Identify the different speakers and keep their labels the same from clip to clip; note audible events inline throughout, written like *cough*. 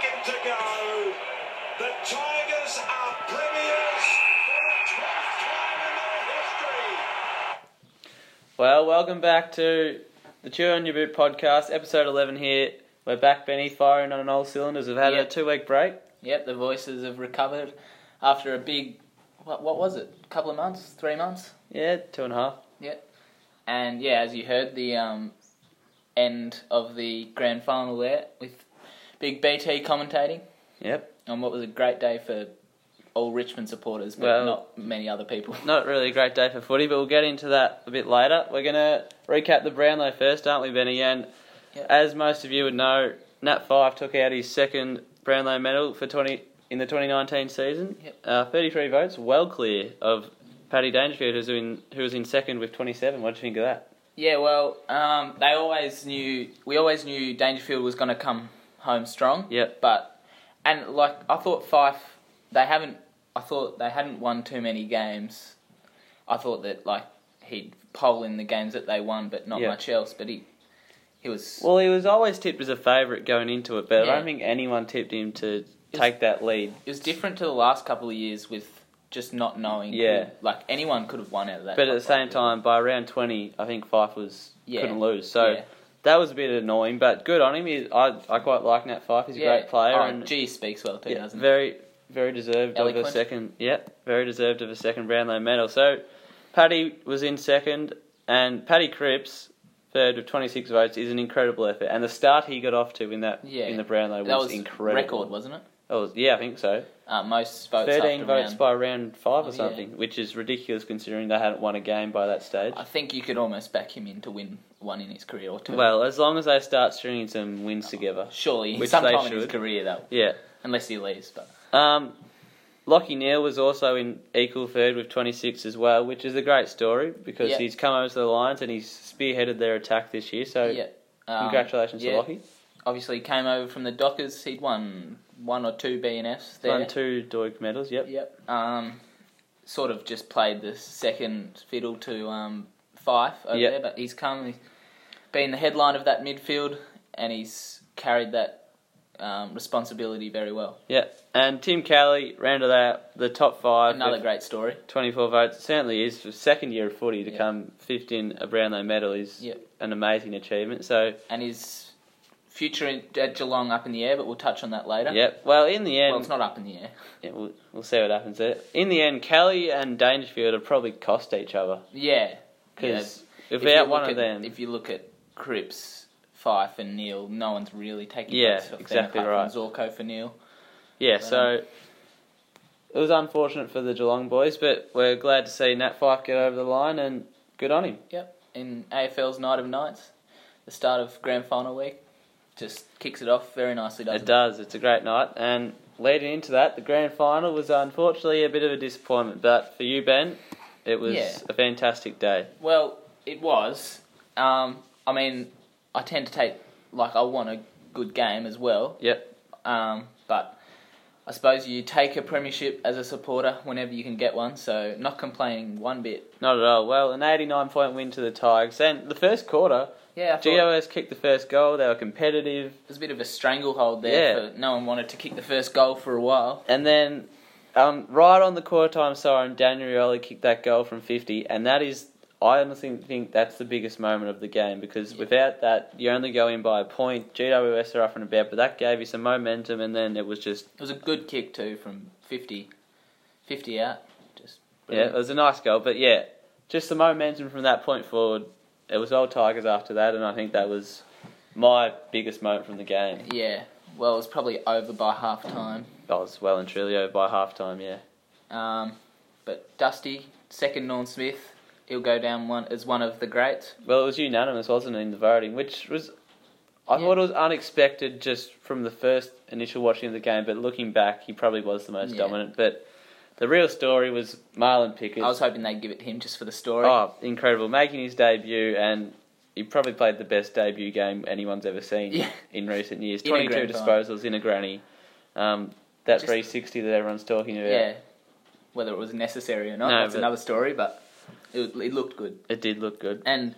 Speaker 1: to go. The Tigers are premiers for the 12th time in their history.
Speaker 2: Well, welcome back to the Chew on Your Boot podcast, episode 11 here. We're back, Benny, firing on all cylinders. We've had
Speaker 3: Yep.
Speaker 2: a two week break.
Speaker 3: Yep, the voices have recovered after a big, what, what was it? couple of months, three months.
Speaker 2: Yeah, two and a half.
Speaker 3: Yep. And yeah, as you heard, the um, end of the grand final there with big BT commentating
Speaker 2: Yep.
Speaker 3: on what was a great day for all Richmond supporters, but
Speaker 2: Well-
Speaker 3: not many other people.
Speaker 2: Not really a great day for footy, but we'll get into that a bit later. We're going to recap the Brownlow first, aren't we, Benny? And
Speaker 3: Yep.
Speaker 2: as most of you would know, Nat Five took out his second Brownlow medal for 20 in the 2019 season.
Speaker 3: Yep.
Speaker 2: Uh, 33 votes, well clear of Paddy Dangerfield, who's in, who was in second with 27. What do you think of that?
Speaker 3: Yeah, well, um, they always knew. We always knew Dangerfield was going to come home strong.
Speaker 2: Yep.
Speaker 3: But and like I thought, Fife. They haven't. I thought they hadn't won too many games. I thought that like he'd poll in the games that they won, but not
Speaker 2: Yeah.
Speaker 3: much else. But he he was
Speaker 2: Well, he was always tipped as a favourite going into it, but I
Speaker 3: Yeah.
Speaker 2: don't think anyone tipped him to take that lead.
Speaker 3: it was different to the last couple of years with just not knowing. who-
Speaker 2: Yeah.
Speaker 3: like anyone could have won out of that.
Speaker 2: But at the
Speaker 3: top
Speaker 2: same
Speaker 3: eight.
Speaker 2: time, by round 20, I think Fife was
Speaker 3: Yeah.
Speaker 2: couldn't lose. So
Speaker 3: Yeah.
Speaker 2: that was a bit annoying, but good on him. He, I, I quite like Nat Fife. He's a
Speaker 3: Yeah.
Speaker 2: great player.
Speaker 3: Oh,
Speaker 2: and
Speaker 3: G speaks well, too,
Speaker 2: yeah,
Speaker 3: doesn't he?
Speaker 2: very, very deserved of a
Speaker 3: Eloquent.
Speaker 2: second. Yeah, very deserved of a second Brownlow medal. So Paddy was in second, and Paddy Cripps, third with 26 votes, is an incredible effort. And the start he got off to in that
Speaker 3: Yeah.
Speaker 2: in the Brownlow was,
Speaker 3: That was
Speaker 2: incredible.
Speaker 3: record, wasn't it?
Speaker 2: That was- yeah, I think so.
Speaker 3: Uh, most votes.
Speaker 2: 13
Speaker 3: after
Speaker 2: votes
Speaker 3: round.
Speaker 2: by round five
Speaker 3: Oh,
Speaker 2: or
Speaker 3: yeah.
Speaker 2: something, which is ridiculous considering they hadn't won a game by that stage.
Speaker 3: I think you could almost back him in to win one in his career or two.
Speaker 2: Well, as long as they start stringing some wins together.
Speaker 3: surely
Speaker 2: which
Speaker 3: sometime
Speaker 2: they
Speaker 3: in his
Speaker 2: should.
Speaker 3: career though,
Speaker 2: Yeah.
Speaker 3: unless he leaves. But
Speaker 2: Um, Lockie Neal was also in equal third with 26 as well, which is a great story because
Speaker 3: Yeah.
Speaker 2: he's come over to the Lions and he's spearheaded their attack this year. So
Speaker 3: yeah, um,
Speaker 2: congratulations
Speaker 3: yeah.
Speaker 2: to Lockie.
Speaker 3: Obviously, came over from the Dockers. He'd won one or two BNFs there.
Speaker 2: Won two Doig medals, yep.
Speaker 3: Yep. Um, sort of just played the second fiddle to um, Fife over
Speaker 2: Yep.
Speaker 3: there, but he's come, he's been the headline of that midfield, and he's carried that um, responsibility very well.
Speaker 2: Yeah. And Tim Kelly rounded out the top five.
Speaker 3: Another
Speaker 2: with-
Speaker 3: great story.
Speaker 2: 24 votes. It certainly is for second year of footy to
Speaker 3: Yeah.
Speaker 2: come fifth in a Brownlow medal is
Speaker 3: Yeah.
Speaker 2: an amazing achievement. So,
Speaker 3: And his future in, at Geelong up in the air, but we'll touch on that later.
Speaker 2: yeah. Well, in the end,
Speaker 3: Well, it's not up in the air.
Speaker 2: yeah, we'll, we'll see what happens there. In the end, Kelly and Dangerfield have probably cost each other
Speaker 3: Yeah.
Speaker 2: because
Speaker 3: If you
Speaker 2: without
Speaker 3: look
Speaker 2: one
Speaker 3: at-
Speaker 2: of them,
Speaker 3: If you look at Cripps, Fife, and Neil, no one's really taking
Speaker 2: Yeah,
Speaker 3: votes off them
Speaker 2: exactly
Speaker 3: apart from Zorko for Neil.
Speaker 2: yeah. So it was unfortunate for the Geelong boys, but we're glad to see Nat Fife get over the line and good on him.
Speaker 3: Yep. In AFL's Night of Nights, the start of grand final week, just kicks it off very nicely, doesn't
Speaker 2: It does. It's a great night. And leading into that, the grand final was uh, unfortunately a bit of a disappointment. But for you, Ben, it was
Speaker 3: Yeah.
Speaker 2: a fantastic day.
Speaker 3: Well, it was. Um, I mean, I tend to take, like, I want a good game as well.
Speaker 2: Yep.
Speaker 3: Um, but I suppose you take a premiership as a supporter whenever you can get one, so not complaining one bit.
Speaker 2: Not at all. Well, an 89 point win to the Tigers. And the first quarter,
Speaker 3: Yeah, I thought-
Speaker 2: GOS kicked the first goal. They were competitive.
Speaker 3: There's a bit of a stranglehold there.
Speaker 2: Yeah.
Speaker 3: For, no one wanted to kick the first goal for a while.
Speaker 2: And then, um, right on the quarter time siren, Daniel Rioli kicked that goal from 50. And that is, I honestly think that's the biggest moment of the game because without that, you only go in by a point. GWS are up and about, but that gave you some momentum. And then it was just,
Speaker 3: It was a good kick too from 50, 50 out. Just
Speaker 2: yeah, it was a nice goal. But yeah, just the momentum from that point forward. It was all Tigers after that. And I think that was my biggest moment from the game.
Speaker 3: yeah. Well, it was probably over by half time.
Speaker 2: I was well and truly over by half time, yeah.
Speaker 3: Um, but Dusty, second Norm Smith, he'll go down one as one of the greats.
Speaker 2: Well, it was unanimous, wasn't it, in the voting, which was. I
Speaker 3: Yeah.
Speaker 2: thought it was unexpected just from the first initial watching of the game, but looking back, he probably was the most
Speaker 3: Yeah.
Speaker 2: dominant. But the real story was Marlon Pickett.
Speaker 3: I was hoping they'd give it to him just for the story.
Speaker 2: oh, incredible. Making his debut, and he probably played the best debut game anyone's ever seen
Speaker 3: Yeah.
Speaker 2: in recent years.
Speaker 3: *laughs* In a
Speaker 2: 22
Speaker 3: grand
Speaker 2: disposals in a granny. Um, that
Speaker 3: Just-
Speaker 2: 360 that everyone's talking about.
Speaker 3: yeah. Whether it was necessary or not,
Speaker 2: No,
Speaker 3: that's
Speaker 2: but-
Speaker 3: another story. But it, it looked good
Speaker 2: It did look good.
Speaker 3: and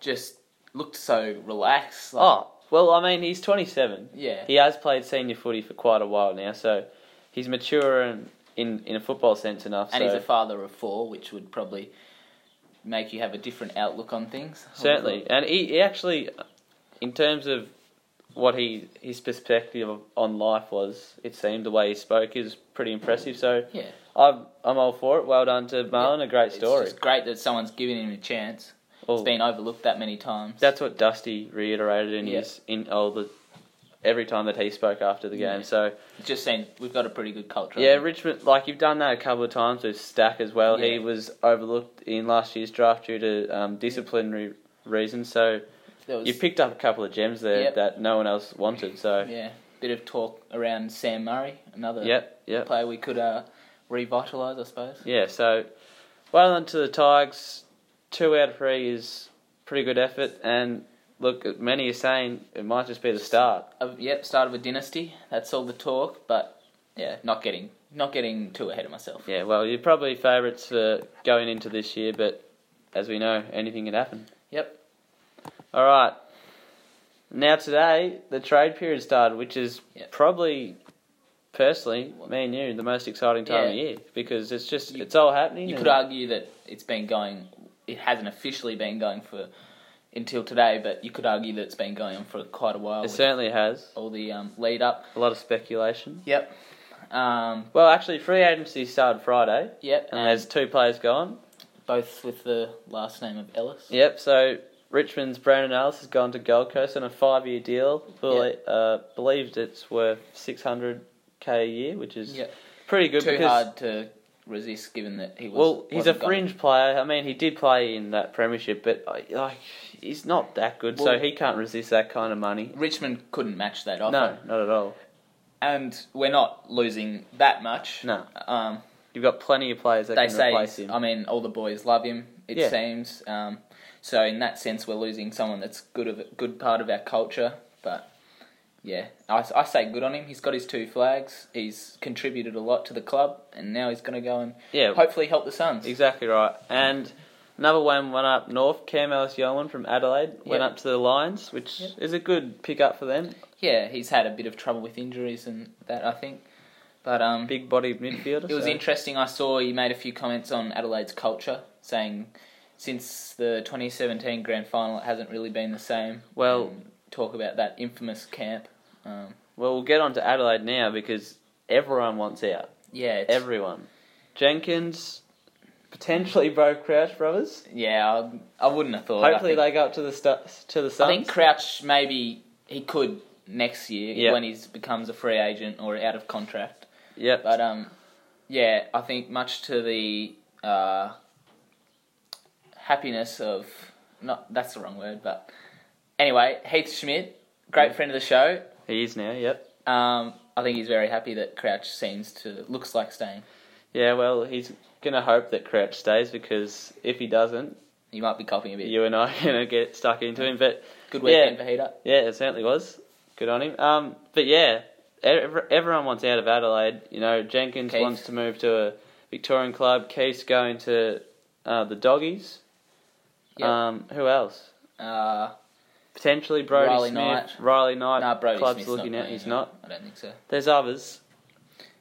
Speaker 3: just looked so relaxed. like-
Speaker 2: Oh, Well, I mean, he's 27.
Speaker 3: Yeah.
Speaker 2: He has played senior footy for quite a while now, so he's mature and in, in a football sense enough.
Speaker 3: and
Speaker 2: so
Speaker 3: he's a father of four, which would probably make you have a different outlook on things. I
Speaker 2: certainly,
Speaker 3: would've
Speaker 2: and he, he actually, in terms of what he his perspective of- on life was, it seemed the way he spoke is pretty impressive. So
Speaker 3: thought. Yeah.
Speaker 2: I'm I'm all for it. Well done to Marlon, a great story. Oh.
Speaker 3: It's just great that someone's giving him a chance.
Speaker 2: Well,
Speaker 3: It's been overlooked that many times.
Speaker 2: That's what Dusty reiterated in
Speaker 3: Yeah.
Speaker 2: his in all the every time that he spoke after the game.
Speaker 3: Yeah.
Speaker 2: So
Speaker 3: It just seems we've got a pretty good culture.
Speaker 2: yeah, Richmond like you've done that a couple of times with Stack as well. He
Speaker 3: Yeah.
Speaker 2: was overlooked in last year's draft due to um, disciplinary reasons. So
Speaker 3: there was,
Speaker 2: you picked up a couple of gems there
Speaker 3: Yep.
Speaker 2: that no one else wanted. So yeah,
Speaker 3: yeah, bit of talk around Sam Murray, another
Speaker 2: yep, yep.
Speaker 3: player we could uh, revitalise, I suppose.
Speaker 2: Yeah, so well done to the Tigers. Two out of three is pretty good effort, and look, many are saying it might just be the start.
Speaker 3: Uh, yep, start of a dynasty. That's all the talk, but yeah, not getting not getting too ahead of myself.
Speaker 2: Yeah, well, you're probably favourites for going into this year, but as we know, anything can happen.
Speaker 3: Yep.
Speaker 2: All right. Now today, the trade period started, which is
Speaker 3: Yeah.
Speaker 2: probably, personally, me and you, the most exciting time of
Speaker 3: Yeah.
Speaker 2: year because it's just
Speaker 3: You-
Speaker 2: it's all happening.
Speaker 3: You
Speaker 2: and-
Speaker 3: could argue that it's been going. It hasn't officially been going for until today, but you could argue that it's been going on for quite a while.
Speaker 2: It
Speaker 3: with
Speaker 2: certainly has
Speaker 3: all the um, lead up.
Speaker 2: a lot of speculation.
Speaker 3: Yep. Um,
Speaker 2: Well, actually, free agency started Friday,
Speaker 3: yep.
Speaker 2: and there's two players gone.
Speaker 3: both with the last name of Ellis.
Speaker 2: Yep. So Richmond's Brandon Ellis has gone to Gold Coast on a five-year deal. Bel- uh, believed it's worth six hundred k a year, which is
Speaker 3: Yep.
Speaker 2: pretty good.
Speaker 3: Too
Speaker 2: because,
Speaker 3: hard to resist, given that he was.
Speaker 2: Well, he's a
Speaker 3: wasn't going-
Speaker 2: fringe player. I mean, he did play in that premiership, but uh, like he's not that good, so
Speaker 3: Well-
Speaker 2: he can't resist that kind of money.
Speaker 3: Richmond couldn't match that offer.
Speaker 2: No, not at all.
Speaker 3: And we're not losing that much.
Speaker 2: No.
Speaker 3: Um,
Speaker 2: You've got plenty of players that
Speaker 3: they
Speaker 2: can
Speaker 3: say,
Speaker 2: replace him.
Speaker 3: I mean, all the boys love him, it
Speaker 2: Yeah.
Speaker 3: seems. Um, so, in that sense, we're losing someone that's good of good part of our culture. But, yeah, I, I say good on him. He's got his two flags, he's contributed a lot to the club, and now he's going to go and
Speaker 2: yeah,
Speaker 3: hopefully help the Suns.
Speaker 2: exactly right. And another one went up north. Cam Ellis Yeoman from Adelaide went
Speaker 3: Yep.
Speaker 2: up to the Lions, which
Speaker 3: Yep.
Speaker 2: is a good pickup for them.
Speaker 3: Yeah, he's had a bit of trouble with injuries and that, I think. But, um,
Speaker 2: Big body midfielder.
Speaker 3: It was
Speaker 2: so-
Speaker 3: interesting. I saw you made a few comments on Adelaide's culture, saying since the 2017 grand final, it hasn't really been the same.
Speaker 2: Well-
Speaker 3: And talk about that infamous camp. Um,
Speaker 2: Well, we'll get on to Adelaide now because everyone wants out.
Speaker 3: yeah, it's,
Speaker 2: Everyone. Jenkins, potentially *laughs* Bo Crouch brothers.
Speaker 3: yeah. I, I wouldn't have thought. I
Speaker 2: Hopefully
Speaker 3: think,
Speaker 2: they go up to the stu- to the
Speaker 3: I
Speaker 2: Suns.
Speaker 3: think Crouch maybe he could next year
Speaker 2: Yeah.
Speaker 3: when he becomes a free agent or out of contract.
Speaker 2: Yep.
Speaker 3: But um, yeah, I think much to the uh, happiness of not that's the wrong word, but anyway, Heath Schmidt, great
Speaker 2: Yeah.
Speaker 3: friend of the show.
Speaker 2: he is now. Yep.
Speaker 3: Um, I think he's very happy that Crouch seems to looks like staying.
Speaker 2: Yeah. Well, he's gonna hope that Crouch stays because if he doesn't,
Speaker 3: He might be copying a bit.
Speaker 2: you and I are gonna get stuck into him. But
Speaker 3: Good
Speaker 2: Yeah.
Speaker 3: weekend for Heater.
Speaker 2: yeah, it certainly was good on him. Um, but yeah, ev- everyone wants out of Adelaide. You know, Jenkins
Speaker 3: Keith.
Speaker 2: wants to move to a Victorian club. Keith's going to uh, the Doggies.
Speaker 3: Yep.
Speaker 2: Um, who else?
Speaker 3: Uh,
Speaker 2: Potentially Brody
Speaker 3: Riley
Speaker 2: Smith,
Speaker 3: Knight.
Speaker 2: Riley Knight.
Speaker 3: nah, Brody
Speaker 2: club's
Speaker 3: Smith's
Speaker 2: looking
Speaker 3: not
Speaker 2: at. He's
Speaker 3: playing,
Speaker 2: not.
Speaker 3: I don't think so.
Speaker 2: There's others.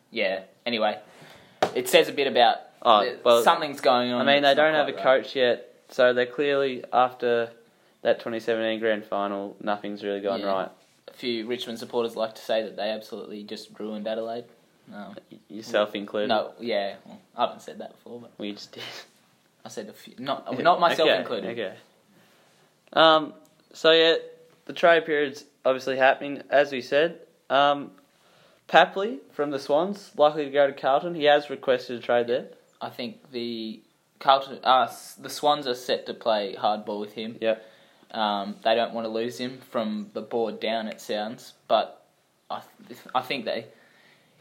Speaker 3: Yeah. Anyway, it says a bit about
Speaker 2: Oh,
Speaker 3: that
Speaker 2: well,
Speaker 3: something's going on.
Speaker 2: I mean, they
Speaker 3: that's not
Speaker 2: don't have a
Speaker 3: quite right.
Speaker 2: coach yet, so they're clearly after that 2017 grand final. Nothing's really gone
Speaker 3: Yeah.
Speaker 2: right.
Speaker 3: A few Richmond supporters like to say that they absolutely just ruined Adelaide. Um,
Speaker 2: Yourself included.
Speaker 3: No, yeah, well, I haven't said that before, but
Speaker 2: we just did.
Speaker 3: I said a few, not Uh, not myself
Speaker 2: Okay,
Speaker 3: included.
Speaker 2: Okay. Um. So yeah, the trade period's obviously happening as we said. Um, Papley from the Swans likely to go to Carlton. He has requested a trade there.
Speaker 3: I think the Carlton, uh, s- the Swans are set to play hardball with him.
Speaker 2: Yep.
Speaker 3: Um, they don't want to lose him from the board down. It sounds, but I th- I think they,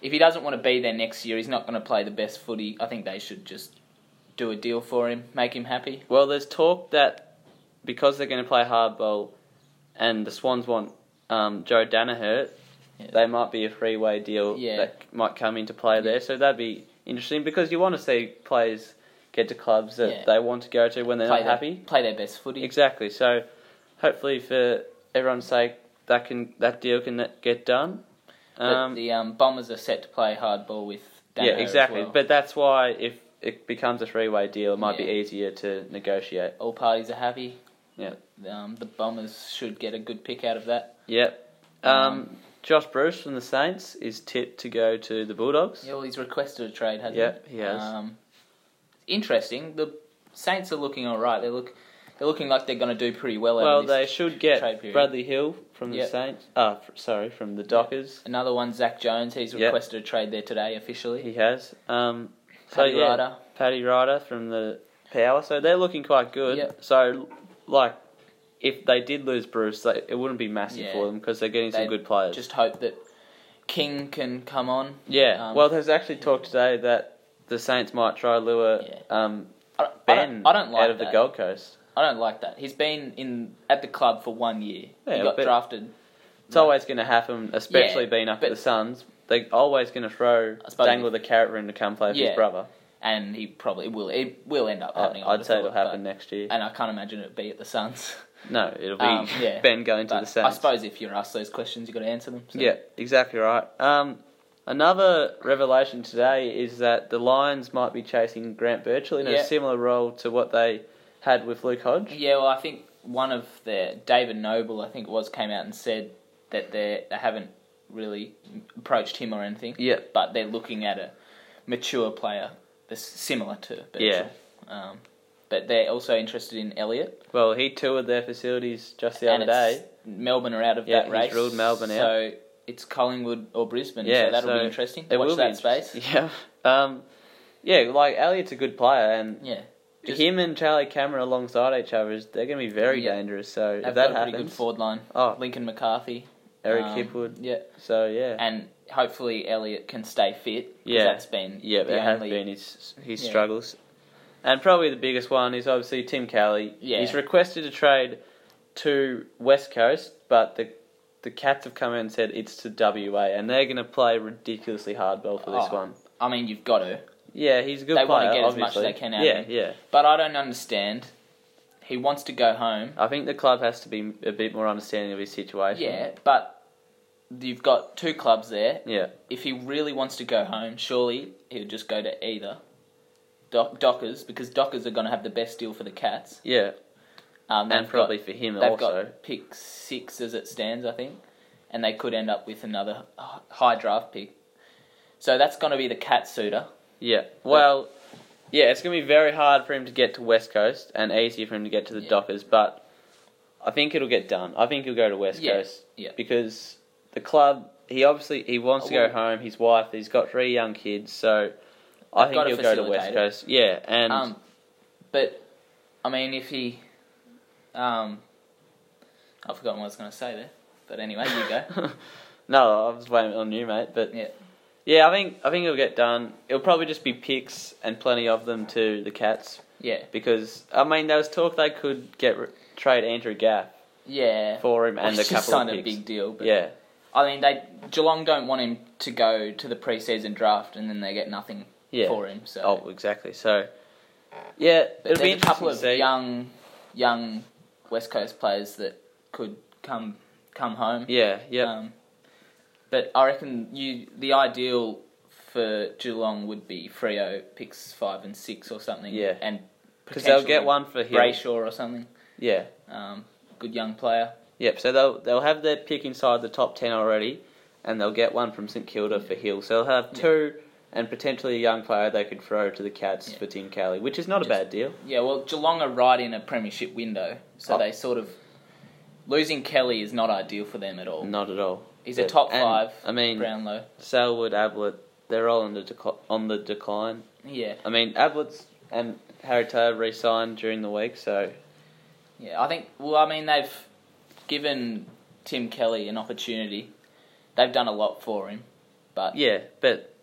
Speaker 3: if he doesn't want to be there next year, he's not going to play the best footy. I think they should just do a deal for him, make him happy.
Speaker 2: Well, there's talk that because they're going to play hardball, and the Swans want um, Joe Danaher,
Speaker 3: Yeah.
Speaker 2: they might be a three-way deal
Speaker 3: Yeah.
Speaker 2: that c- might come into play there. So that'd be interesting because you want to see players get to clubs that
Speaker 3: Yeah.
Speaker 2: they want to go to when they're
Speaker 3: play
Speaker 2: not
Speaker 3: their,
Speaker 2: happy.
Speaker 3: Play their best footy.
Speaker 2: Exactly. So hopefully, for everyone's sake, that can that deal can get done.
Speaker 3: But
Speaker 2: Um,
Speaker 3: the um, Bombers are set to play hardball with Dano
Speaker 2: yeah, exactly.
Speaker 3: As well.
Speaker 2: But that's why if it becomes a three-way deal, it might
Speaker 3: Yeah.
Speaker 2: be easier to negotiate.
Speaker 3: all parties are happy.
Speaker 2: Yeah.
Speaker 3: Um, the Bombers should get a good pick out of that.
Speaker 2: Yep. Um,
Speaker 3: Um,
Speaker 2: Josh Bruce from the Saints is tipped to go to the Bulldogs.
Speaker 3: Yeah, well, he's requested a trade, hasn't
Speaker 2: Yep,
Speaker 3: he?
Speaker 2: he has.
Speaker 3: Um, interesting. The Saints are looking all right. They look, they're looking like they're going to do pretty well. out
Speaker 2: Well,
Speaker 3: of
Speaker 2: they
Speaker 3: this.
Speaker 2: should
Speaker 3: trade
Speaker 2: get
Speaker 3: period.
Speaker 2: Bradley Hill from
Speaker 3: Yep.
Speaker 2: the Saints. Uh, f- sorry, from the Dockers.
Speaker 3: Another one, Zach Jones. He's
Speaker 2: Yep.
Speaker 3: requested a trade there today officially.
Speaker 2: He has. Um, so
Speaker 3: Paddy
Speaker 2: yeah,
Speaker 3: Ryder.
Speaker 2: Paddy Ryder from the Power. So they're looking quite good.
Speaker 3: Yep.
Speaker 2: So, like, if they did lose Bruce, like, it wouldn't be massive
Speaker 3: Yeah.
Speaker 2: for them because they're getting some
Speaker 3: They
Speaker 2: good players.
Speaker 3: Just hope that King can come on.
Speaker 2: yeah.
Speaker 3: um,
Speaker 2: well, there's actually talk today that the Saints might try to lure
Speaker 3: Yeah.
Speaker 2: um,
Speaker 3: I don't, I
Speaker 2: Ben
Speaker 3: don't, I don't like
Speaker 2: out of the
Speaker 3: that.
Speaker 2: Gold Coast.
Speaker 3: I don't like that. He's been in at the club for one year. he
Speaker 2: Yeah,
Speaker 3: got
Speaker 2: but-
Speaker 3: drafted.
Speaker 2: It's always going to happen, especially
Speaker 3: Yeah,
Speaker 2: being up at
Speaker 3: but-
Speaker 2: the Suns. They're always going to throw
Speaker 3: I suppose
Speaker 2: dangle the carrot ring to come play with
Speaker 3: Yeah.
Speaker 2: his brother.
Speaker 3: and he probably will. It will end up happening. I
Speaker 2: I'd
Speaker 3: would've
Speaker 2: say it'll
Speaker 3: thought,
Speaker 2: happen
Speaker 3: but-
Speaker 2: next year.
Speaker 3: And I can't imagine it be at the Suns.
Speaker 2: No, it'll be
Speaker 3: Um, yeah,
Speaker 2: *laughs* Ben going to
Speaker 3: But
Speaker 2: the
Speaker 3: I
Speaker 2: Saints.
Speaker 3: suppose if you're asked those questions, you've got to answer them. So.
Speaker 2: Yeah, exactly right. Um, another revelation today is that the Lions might be chasing Grant Birchall in
Speaker 3: Yeah.
Speaker 2: a similar role to what they had with Luke Hodge.
Speaker 3: Yeah. Well, I think one of the David Noble, I think it was, came out and said that they they haven't really approached him or anything.
Speaker 2: Yeah.
Speaker 3: But they're looking at a mature player that's similar to. Birchall.
Speaker 2: Yeah.
Speaker 3: Um, but they're also interested in Elliot.
Speaker 2: Well, he toured their facilities just the
Speaker 3: and
Speaker 2: other day.
Speaker 3: it's- Melbourne are out of
Speaker 2: Yeah,
Speaker 3: that
Speaker 2: he's
Speaker 3: race.
Speaker 2: ruled Melbourne out.
Speaker 3: So it's Collingwood or Brisbane. so that'll be interesting.
Speaker 2: it
Speaker 3: Watch
Speaker 2: will be
Speaker 3: that space.
Speaker 2: interesting. *laughs* Yeah. Um, yeah, like Elliot's a good player, and
Speaker 3: Yeah. Just-
Speaker 2: him and Charlie Cameron alongside each other, is- they're going to be very
Speaker 3: Yeah.
Speaker 2: dangerous. So
Speaker 3: They've
Speaker 2: if that
Speaker 3: got a pretty good
Speaker 2: happens,
Speaker 3: forward line.
Speaker 2: Oh.
Speaker 3: Lincoln McCarthy.
Speaker 2: Eric
Speaker 3: um,
Speaker 2: Hipwood.
Speaker 3: Yeah.
Speaker 2: So yeah,
Speaker 3: And hopefully Elliot can stay fit. 'cause
Speaker 2: Yeah.
Speaker 3: That's been
Speaker 2: yeah,
Speaker 3: the
Speaker 2: there have
Speaker 3: only-
Speaker 2: been his his
Speaker 3: Yeah.
Speaker 2: struggles, and probably the biggest one is obviously Tim Kelly.
Speaker 3: Yeah.
Speaker 2: he's requested a trade to West Coast, but the the Cats have come in and said it's to WA, and they're going to play ridiculously hardball for this
Speaker 3: Oh.
Speaker 2: one.
Speaker 3: I mean, you've got to.
Speaker 2: Yeah, he's a good
Speaker 3: They
Speaker 2: player.
Speaker 3: wanna get as
Speaker 2: obviously.
Speaker 3: much as they can out of
Speaker 2: Yeah,
Speaker 3: him.
Speaker 2: yeah.
Speaker 3: But I don't understand. He wants to go home.
Speaker 2: I think the club has to be a bit more understanding of his situation.
Speaker 3: Yeah, but you've got two clubs there.
Speaker 2: Yeah.
Speaker 3: If he really wants to go home, surely he would just go to either Doc- Dockers because Dockers are going to have the best deal for the Cats.
Speaker 2: Yeah. And
Speaker 3: Um, they've got-
Speaker 2: probably for him
Speaker 3: They've
Speaker 2: also.
Speaker 3: got pick six as it stands, I think, and they could end up with another h- high draft pick. So that's going to be the cat suitor.
Speaker 2: Yeah. Well, yeah, it's going to be very hard for him to get to West Coast and easier for him to get to the
Speaker 3: Yeah.
Speaker 2: Dockers, but I think it'll get done. I think he'll go to West
Speaker 3: Yeah,
Speaker 2: Coast
Speaker 3: yeah.
Speaker 2: because the club, he obviously he wants to go
Speaker 3: Well-
Speaker 2: home, his wife, he's got three young kids, so I
Speaker 3: They've
Speaker 2: think
Speaker 3: gotta
Speaker 2: he'll go to West
Speaker 3: facilitate it.
Speaker 2: Coast. Yeah, and
Speaker 3: Um, but I mean, if he, um, I've forgotten what I was going to say there. But anyway,
Speaker 2: *laughs*
Speaker 3: you go.
Speaker 2: *laughs* no, I was waiting on you, mate, but
Speaker 3: Yeah,
Speaker 2: Yeah, I think I think it'll get done. It'll probably just be picks and plenty of them to the Cats
Speaker 3: yeah,
Speaker 2: because I mean there was talk they could get r trade Andrew Gaff
Speaker 3: yeah.
Speaker 2: for him and a
Speaker 3: Which is
Speaker 2: couple of
Speaker 3: kinda a
Speaker 2: picks.
Speaker 3: big deal. But
Speaker 2: yeah,
Speaker 3: I mean, they Geelong don't want him to go to the preseason draft, and then they get nothing
Speaker 2: yeah.
Speaker 3: for him. So
Speaker 2: Oh, exactly. So yeah, it'll be
Speaker 3: There's a
Speaker 2: interesting
Speaker 3: couple
Speaker 2: to
Speaker 3: of
Speaker 2: see.
Speaker 3: young, young West Coast players that could come come home.
Speaker 2: yeah, yeah,
Speaker 3: Um, but I reckon you the ideal for Geelong would be Frio picks five and six or something.
Speaker 2: Yeah.
Speaker 3: and
Speaker 2: because they'll
Speaker 3: potentially
Speaker 2: get one for Hill.
Speaker 3: Brayshaw or something.
Speaker 2: Yeah,
Speaker 3: Um, good young player.
Speaker 2: yep. So they'll they'll have their pick inside the top ten already, and they'll get one from St Kilda for Hill. So they'll have
Speaker 3: Yeah.
Speaker 2: two. And potentially a young player they could throw to the Cats
Speaker 3: Yeah.
Speaker 2: for Tim Kelly, which is not
Speaker 3: Just-
Speaker 2: a bad deal.
Speaker 3: Yeah, well, Geelong are right in a premiership window, so
Speaker 2: Oh.
Speaker 3: they sort of losing Kelly is not ideal for them at all.
Speaker 2: Not at all.
Speaker 3: He's a
Speaker 2: But-
Speaker 3: top
Speaker 2: and,
Speaker 3: five.
Speaker 2: I mean,
Speaker 3: Brownlow.
Speaker 2: Selwood, Ablett, they're all on the, decli- on the decline.
Speaker 3: Yeah.
Speaker 2: I mean, Ablett's and Harry Taylor re-signed during the week, so
Speaker 3: Yeah, I think. Well, I mean, they've given Tim Kelly an opportunity. They've done a lot for him, but
Speaker 2: yeah. But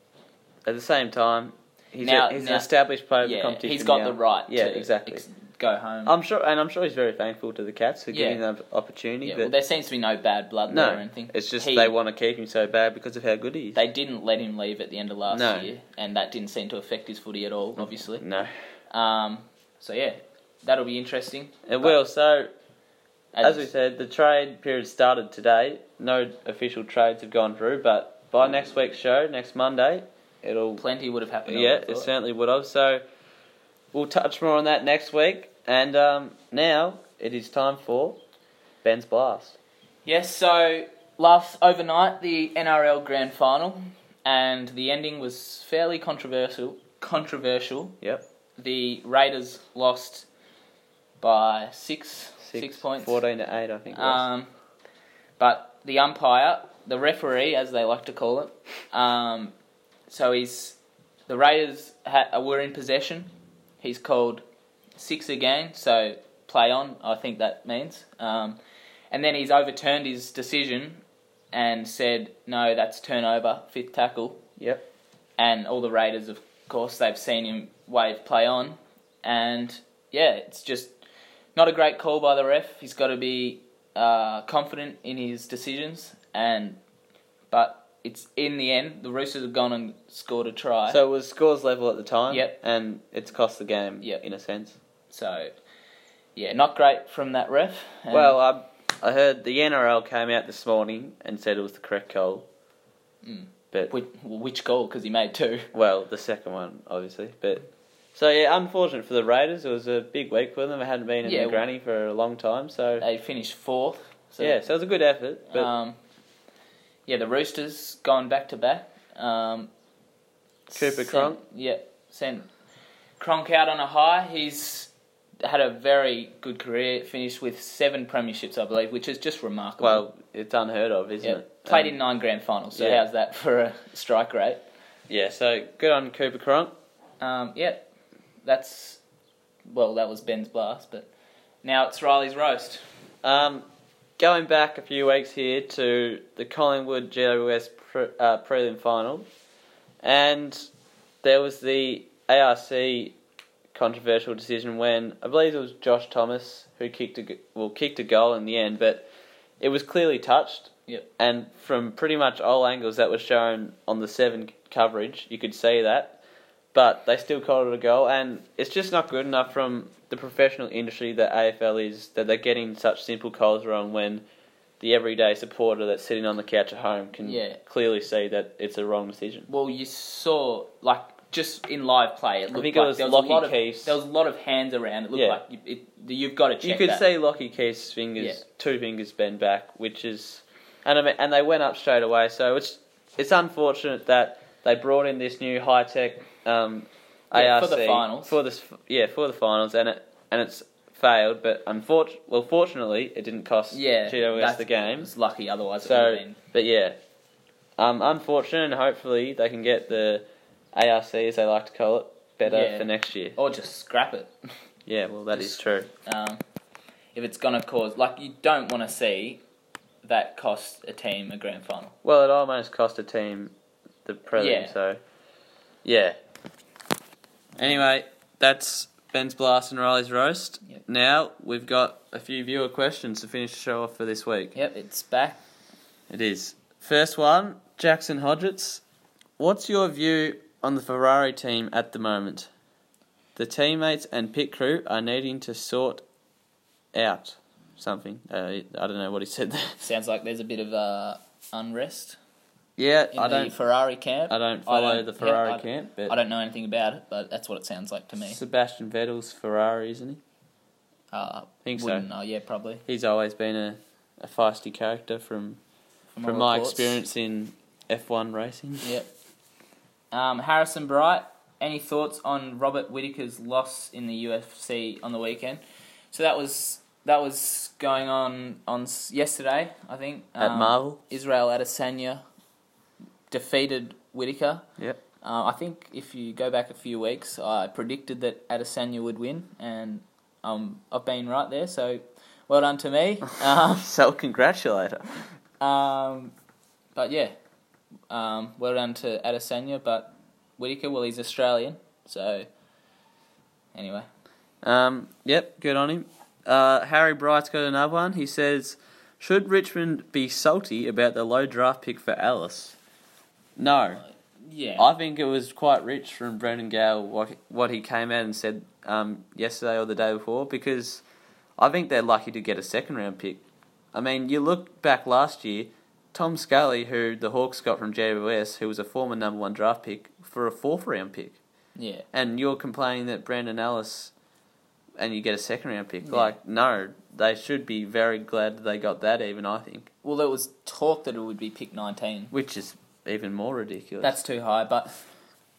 Speaker 2: at the same time, he's,
Speaker 3: Now-
Speaker 2: a, he's
Speaker 3: now-
Speaker 2: an established player of the
Speaker 3: yeah,
Speaker 2: competition.
Speaker 3: he's got
Speaker 2: now.
Speaker 3: the right.
Speaker 2: Yeah,
Speaker 3: to
Speaker 2: exactly.
Speaker 3: ex- go home.
Speaker 2: I'm sure, and I'm sure he's very thankful to the Cats for giving
Speaker 3: Yeah.
Speaker 2: him that opportunity.
Speaker 3: yeah,
Speaker 2: but
Speaker 3: well, there seems to be no bad blood
Speaker 2: no,
Speaker 3: there or anything.
Speaker 2: it's just
Speaker 3: He-
Speaker 2: they want to keep him so bad because of how good he is.
Speaker 3: They didn't let him leave at the end of last
Speaker 2: No. Mm.
Speaker 3: year, and that didn't seem to affect his footy at all. Obviously,
Speaker 2: no,
Speaker 3: um, so yeah, that'll be interesting.
Speaker 2: it will. So As we said, the trade period started today. No official trades have gone through, but by next week's show, next Monday, it'll
Speaker 3: plenty would have happened. I
Speaker 2: yeah,
Speaker 3: would've
Speaker 2: it
Speaker 3: thought.
Speaker 2: certainly would have. So we'll touch more on that next week. And um, now it is time for Ben's blast.
Speaker 3: Yes, so last overnight the NRL grand final and the ending was fairly controversial controversial.
Speaker 2: Yep,
Speaker 3: The Raiders lost by six six points.
Speaker 2: fourteen to eight, I think. It was.
Speaker 3: Um but the umpire, the referee as they like to call it, um so he's the Raiders ha- were in possession. He's called six again, so play on, I think that means. Um, and then he's overturned his decision and said, no, that's turnover, fifth tackle.
Speaker 2: yep,
Speaker 3: And all the Raiders, of course, they've seen him wave play on. And yeah, it's just not a great call by the ref. He's got to be uh, confident in his decisions. and But it's in the end, the Roosters have gone and scored a try.
Speaker 2: so it was scores level at the time.
Speaker 3: Yep.
Speaker 2: and it's cost the game.
Speaker 3: Yep.
Speaker 2: in a sense.
Speaker 3: So, yeah, not great from that ref. And
Speaker 2: well, uh, I I heard the NRL came out this morning and said it was the correct call,
Speaker 3: Mm.
Speaker 2: but
Speaker 3: which, which goal? Because he made two.
Speaker 2: Well, the second one, obviously, but so yeah, unfortunate for the Raiders. It was a big week for them. They hadn't been in
Speaker 3: Yeah,
Speaker 2: the
Speaker 3: well-
Speaker 2: granny for a long time, so
Speaker 3: They finished fourth. So,
Speaker 2: yeah, so it was a good effort. But
Speaker 3: um, yeah, the Roosters going back to back. Um,
Speaker 2: Cooper
Speaker 3: sent-
Speaker 2: Cronk?
Speaker 3: Yeah, sent Cronk out on a high. He's had a very good career. Finished with seven premierships, I believe, which is just remarkable.
Speaker 2: well, it's unheard of, isn't
Speaker 3: yeah,
Speaker 2: it?
Speaker 3: played
Speaker 2: Um,
Speaker 3: in nine grand finals. So
Speaker 2: yeah.
Speaker 3: how's that for a strike rate?
Speaker 2: Yeah, so good on Cooper Cronk.
Speaker 3: Um, yeah, that's well, that was Ben's blast, but now it's Riley's roast.
Speaker 2: Um, going back a few weeks here to the Collingwood GWS pre- uh, prelim final, and there was the ARC controversial decision when I believe it was Josh Thomas who kicked a g- well kicked a goal in the end, but it was clearly touched.
Speaker 3: Yep.
Speaker 2: And from pretty much all angles that were shown on the seven coverage, you could see that. But they still called it a goal, and it's just not good enough from the professional industry that AFL is that they're getting such simple calls wrong when the everyday supporter that's sitting on the couch at home can
Speaker 3: Yeah.
Speaker 2: clearly see that it's a wrong decision.
Speaker 3: Well, you saw like just in live play, it looked
Speaker 2: think it
Speaker 3: like
Speaker 2: was
Speaker 3: there was
Speaker 2: Lachie
Speaker 3: a lot of
Speaker 2: Keefe's.
Speaker 3: there was a lot of hands around. It looked
Speaker 2: Yeah.
Speaker 3: like you, it, you've got to check.
Speaker 2: you could
Speaker 3: that.
Speaker 2: see Lockie Keith's fingers,
Speaker 3: Yeah.
Speaker 2: two fingers bend back, which is, and I mean, and they went up straight away. So it's it's unfortunate that they brought in this new high tech um,
Speaker 3: Yeah,
Speaker 2: ARC
Speaker 3: for the finals.
Speaker 2: for this yeah for the finals, and it and it's failed. But unfortunately, well, fortunately, it didn't cost
Speaker 3: yeah,
Speaker 2: GWS
Speaker 3: that's-
Speaker 2: the game.
Speaker 3: It's lucky, otherwise it would
Speaker 2: So,
Speaker 3: have been.
Speaker 2: but yeah, um, unfortunate, and hopefully they can get the ARC as they like to call it better
Speaker 3: Yeah.
Speaker 2: for next year.
Speaker 3: Or just scrap it. *laughs*
Speaker 2: Yeah, well, that is
Speaker 3: Just-
Speaker 2: true.
Speaker 3: Um, if it's gonna cause like you don't want to see that cost a team a grand final.
Speaker 2: Well, it almost cost a team the prelim,
Speaker 3: Yeah.
Speaker 2: so yeah. Anyway, that's Ben's blast and Riley's roast.
Speaker 3: Yep.
Speaker 2: Now we've got a few viewer questions to finish the show off for this week.
Speaker 3: Yep, it's back.
Speaker 2: It is first one, Jackson Hodgetts. What's your view on the Ferrari team at the moment? The teammates and pit crew are needing to sort out something. Uh, I don't know what he said there. *laughs*
Speaker 3: Sounds like there's a bit of uh, unrest
Speaker 2: Yeah,
Speaker 3: in
Speaker 2: I
Speaker 3: the
Speaker 2: don't.
Speaker 3: Ferrari camp.
Speaker 2: I don't follow the
Speaker 3: yeah,
Speaker 2: Ferrari
Speaker 3: I-
Speaker 2: camp, but
Speaker 3: I don't know anything about it, but that's what it sounds like to me.
Speaker 2: Sebastian Vettel's Ferrari, isn't he?
Speaker 3: Uh,
Speaker 2: Think so.
Speaker 3: wouldn't know. Yeah, probably.
Speaker 2: He's always been a, a feisty character from
Speaker 3: all
Speaker 2: from my
Speaker 3: reports.
Speaker 2: experience in F one racing.
Speaker 3: Yep. Um, Harrison Bright, any thoughts on Robert Whitaker's loss in the UFC on the weekend? So that was that was going on on s- yesterday, I think.
Speaker 2: At
Speaker 3: Um,
Speaker 2: Marvel.
Speaker 3: Israel Adesanya defeated Whitaker.
Speaker 2: Yep.
Speaker 3: Uh, I think if you go back a few weeks, I predicted that Adesanya would win, and um, I've been right there. So, well done
Speaker 2: *laughs*
Speaker 3: to me. Um,
Speaker 2: So congratulator.
Speaker 3: um, but yeah, um, well done to Adesanya, but Whitaker, well, he's Australian, so anyway.
Speaker 2: Um, yep, good on him. Uh, Harry Bright's got another one. He says, "Should Richmond be salty about the low draft pick for Alice?" No,
Speaker 3: Yeah.
Speaker 2: I think it was quite rich from Brendan Gale what what he came out and said um, yesterday or the day before because I think they're lucky to get a second round pick. I mean, you look back last year, Tom Scully, who the Hawks got from JWS, who was a former number one draft pick, for a fourth round pick.
Speaker 3: Yeah.
Speaker 2: And you're complaining that Brandon Ellis and you get a second round pick.
Speaker 3: Yeah.
Speaker 2: Like, no, they should be very glad that they got that, even, I think,
Speaker 3: Well, there was talk that it would be pick 19.
Speaker 2: which is even more ridiculous.
Speaker 3: That's too high, but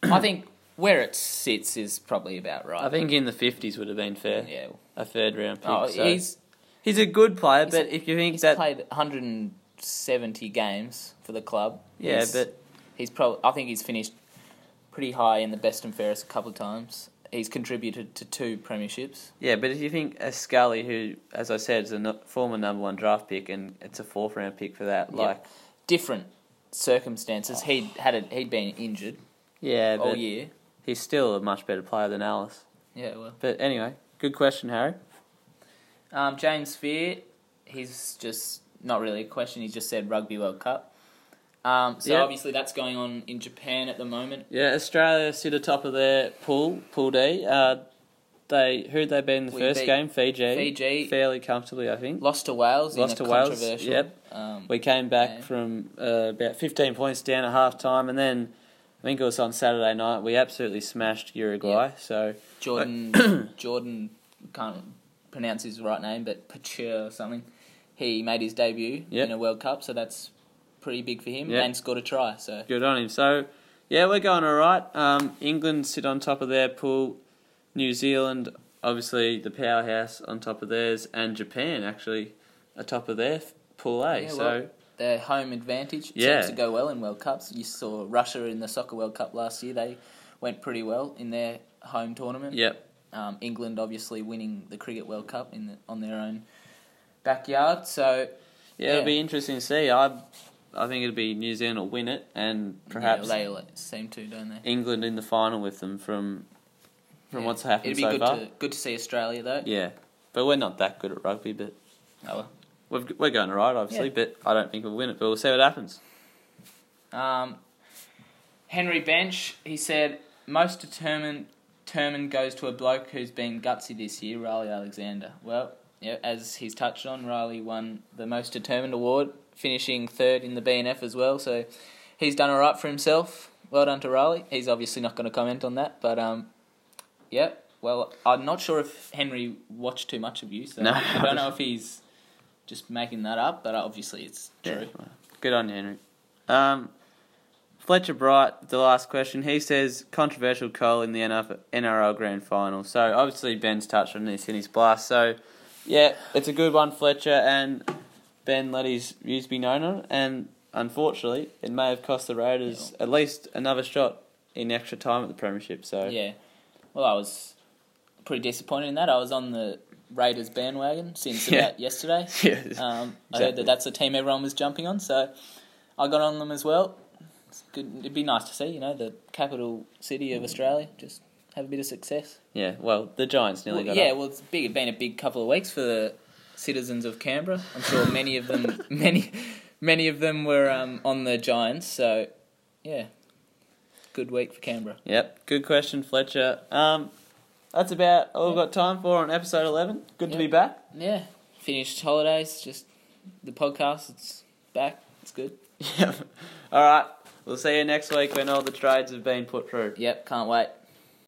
Speaker 3: I think where it sits is probably about right.
Speaker 2: I think in the 50s would have been fair.
Speaker 3: Yeah.
Speaker 2: A third round pick.
Speaker 3: Oh,
Speaker 2: so-
Speaker 3: he's
Speaker 2: He's a good player,
Speaker 3: He's-
Speaker 2: but if you think
Speaker 3: he's
Speaker 2: that
Speaker 3: played 170 games for the club.
Speaker 2: yeah,
Speaker 3: He's-
Speaker 2: but
Speaker 3: he's probably. I think he's finished pretty high in the best and fairest a couple of times. He's contributed to two premierships.
Speaker 2: yeah, but if you think a Scully, who as I said is a no- former number one draft pick, and it's a fourth round pick for that,
Speaker 3: Yeah.
Speaker 2: like
Speaker 3: Different circumstances. He'd had a, he'd been injured
Speaker 2: oh, yeah,
Speaker 3: all
Speaker 2: but
Speaker 3: year.
Speaker 2: he's still a much better player than Alice.
Speaker 3: Yeah, well.
Speaker 2: But anyway, good question, Harry.
Speaker 3: Um, James Fear, he's just not really a question. He's just said Rugby World Cup. Um, so
Speaker 2: Yeah.
Speaker 3: obviously that's going on in Japan at the moment.
Speaker 2: Yeah, Australia sit atop of their pool, Pool D. Uh, they who they beat in the
Speaker 3: We
Speaker 2: first
Speaker 3: beat
Speaker 2: game, Fiji,
Speaker 3: Fiji.
Speaker 2: fairly comfortably, I think.
Speaker 3: Lost to Wales
Speaker 2: Lost
Speaker 3: in a
Speaker 2: to Wales,
Speaker 3: controversial.
Speaker 2: yep.
Speaker 3: Um,
Speaker 2: We came back
Speaker 3: Yeah.
Speaker 2: from uh, about 15 points down at half time, and then I think it was on Saturday night, we absolutely smashed Uruguay. So, *coughs*
Speaker 3: Jordan Jordan can't pronounce his right name, but Pachur or something. He made his debut
Speaker 2: Yep.
Speaker 3: in a World Cup, so that's pretty big for him,
Speaker 2: Yep.
Speaker 3: and scored a try. So
Speaker 2: good on him. So, yeah, we're going all right. Um, England sit on top of their pool, New Zealand, obviously the powerhouse, on top of theirs, and Japan actually atop of their f- pool A.
Speaker 3: Yeah,
Speaker 2: so,
Speaker 3: well, their home advantage
Speaker 2: Yeah.
Speaker 3: seems to go well in World Cups. You saw Russia in the Soccer World Cup last year; they went pretty well in their home tournament.
Speaker 2: yep.
Speaker 3: Um, England obviously winning the Cricket World Cup in the, on their own backyard. So
Speaker 2: Yeah, it'll
Speaker 3: Yeah.
Speaker 2: be interesting to see. I, I think it'll be New Zealand will win it, and perhaps
Speaker 3: yeah, they all seem to, don't they?
Speaker 2: England in the final with them from from
Speaker 3: Yeah.
Speaker 2: what's happened
Speaker 3: It'd be
Speaker 2: so
Speaker 3: good
Speaker 2: far.
Speaker 3: to good to see Australia though.
Speaker 2: Yeah, but we're not that good at rugby. But
Speaker 3: Oh, well.
Speaker 2: we've, we're going alright, obviously.
Speaker 3: Yeah.
Speaker 2: But I don't think we'll win it. But we'll see what happens.
Speaker 3: Um, Henry Bench, he said, most determined determined goes to a bloke who's been gutsy this year, Riley Alexander. Well, yeah, as he's touched on, Riley won the most determined award, finishing third in the BNF as well. So he's done all right for himself. Well done to Riley. He's obviously not going to comment on that, but um, yeah. Well, I'm not sure if Henry watched too much of you, so
Speaker 2: No.
Speaker 3: I don't know if he's just making that up, but obviously it's
Speaker 2: Yeah,
Speaker 3: true.
Speaker 2: well, Good on you, Henry. Um, Fletcher Bright, the last question. He says controversial call in the NRL NRL Grand Final. So obviously Ben's touched on this in his blast. So yeah, it's a good one, Fletcher, and Ben let his views be known on. it, And unfortunately, it may have cost the Raiders at least another shot in extra time at the Premiership. So
Speaker 3: Yeah. Well, I was pretty disappointed in that. I was on the Raiders bandwagon since
Speaker 2: Yeah. *laughs*
Speaker 3: about yesterday.
Speaker 2: *laughs* Yeah.
Speaker 3: Um, I heard
Speaker 2: Exactly.
Speaker 3: that that's the team everyone was jumping on, so I got on them as well. It's good. It'd be nice to see, you know, the capital city
Speaker 2: Mm.
Speaker 3: of Australia just have a bit of success.
Speaker 2: Yeah, well, the Giants nearly
Speaker 3: Well,
Speaker 2: got
Speaker 3: yeah,
Speaker 2: up.
Speaker 3: well, it's big. It's been a big couple of weeks for the citizens of Canberra. I'm sure many
Speaker 2: *laughs*
Speaker 3: of them, many, many of them were um, on the Giants. So, yeah, good week for Canberra.
Speaker 2: Yep, good question, Fletcher. Um, that's about all we've got time for on episode 11. Good to
Speaker 3: Yeah.
Speaker 2: be back.
Speaker 3: Yeah, finished holidays. Just the podcast. It's back. It's good.
Speaker 2: Yep. all right, we'll see you next week when all the trades have been put through.
Speaker 3: Yep, can't wait.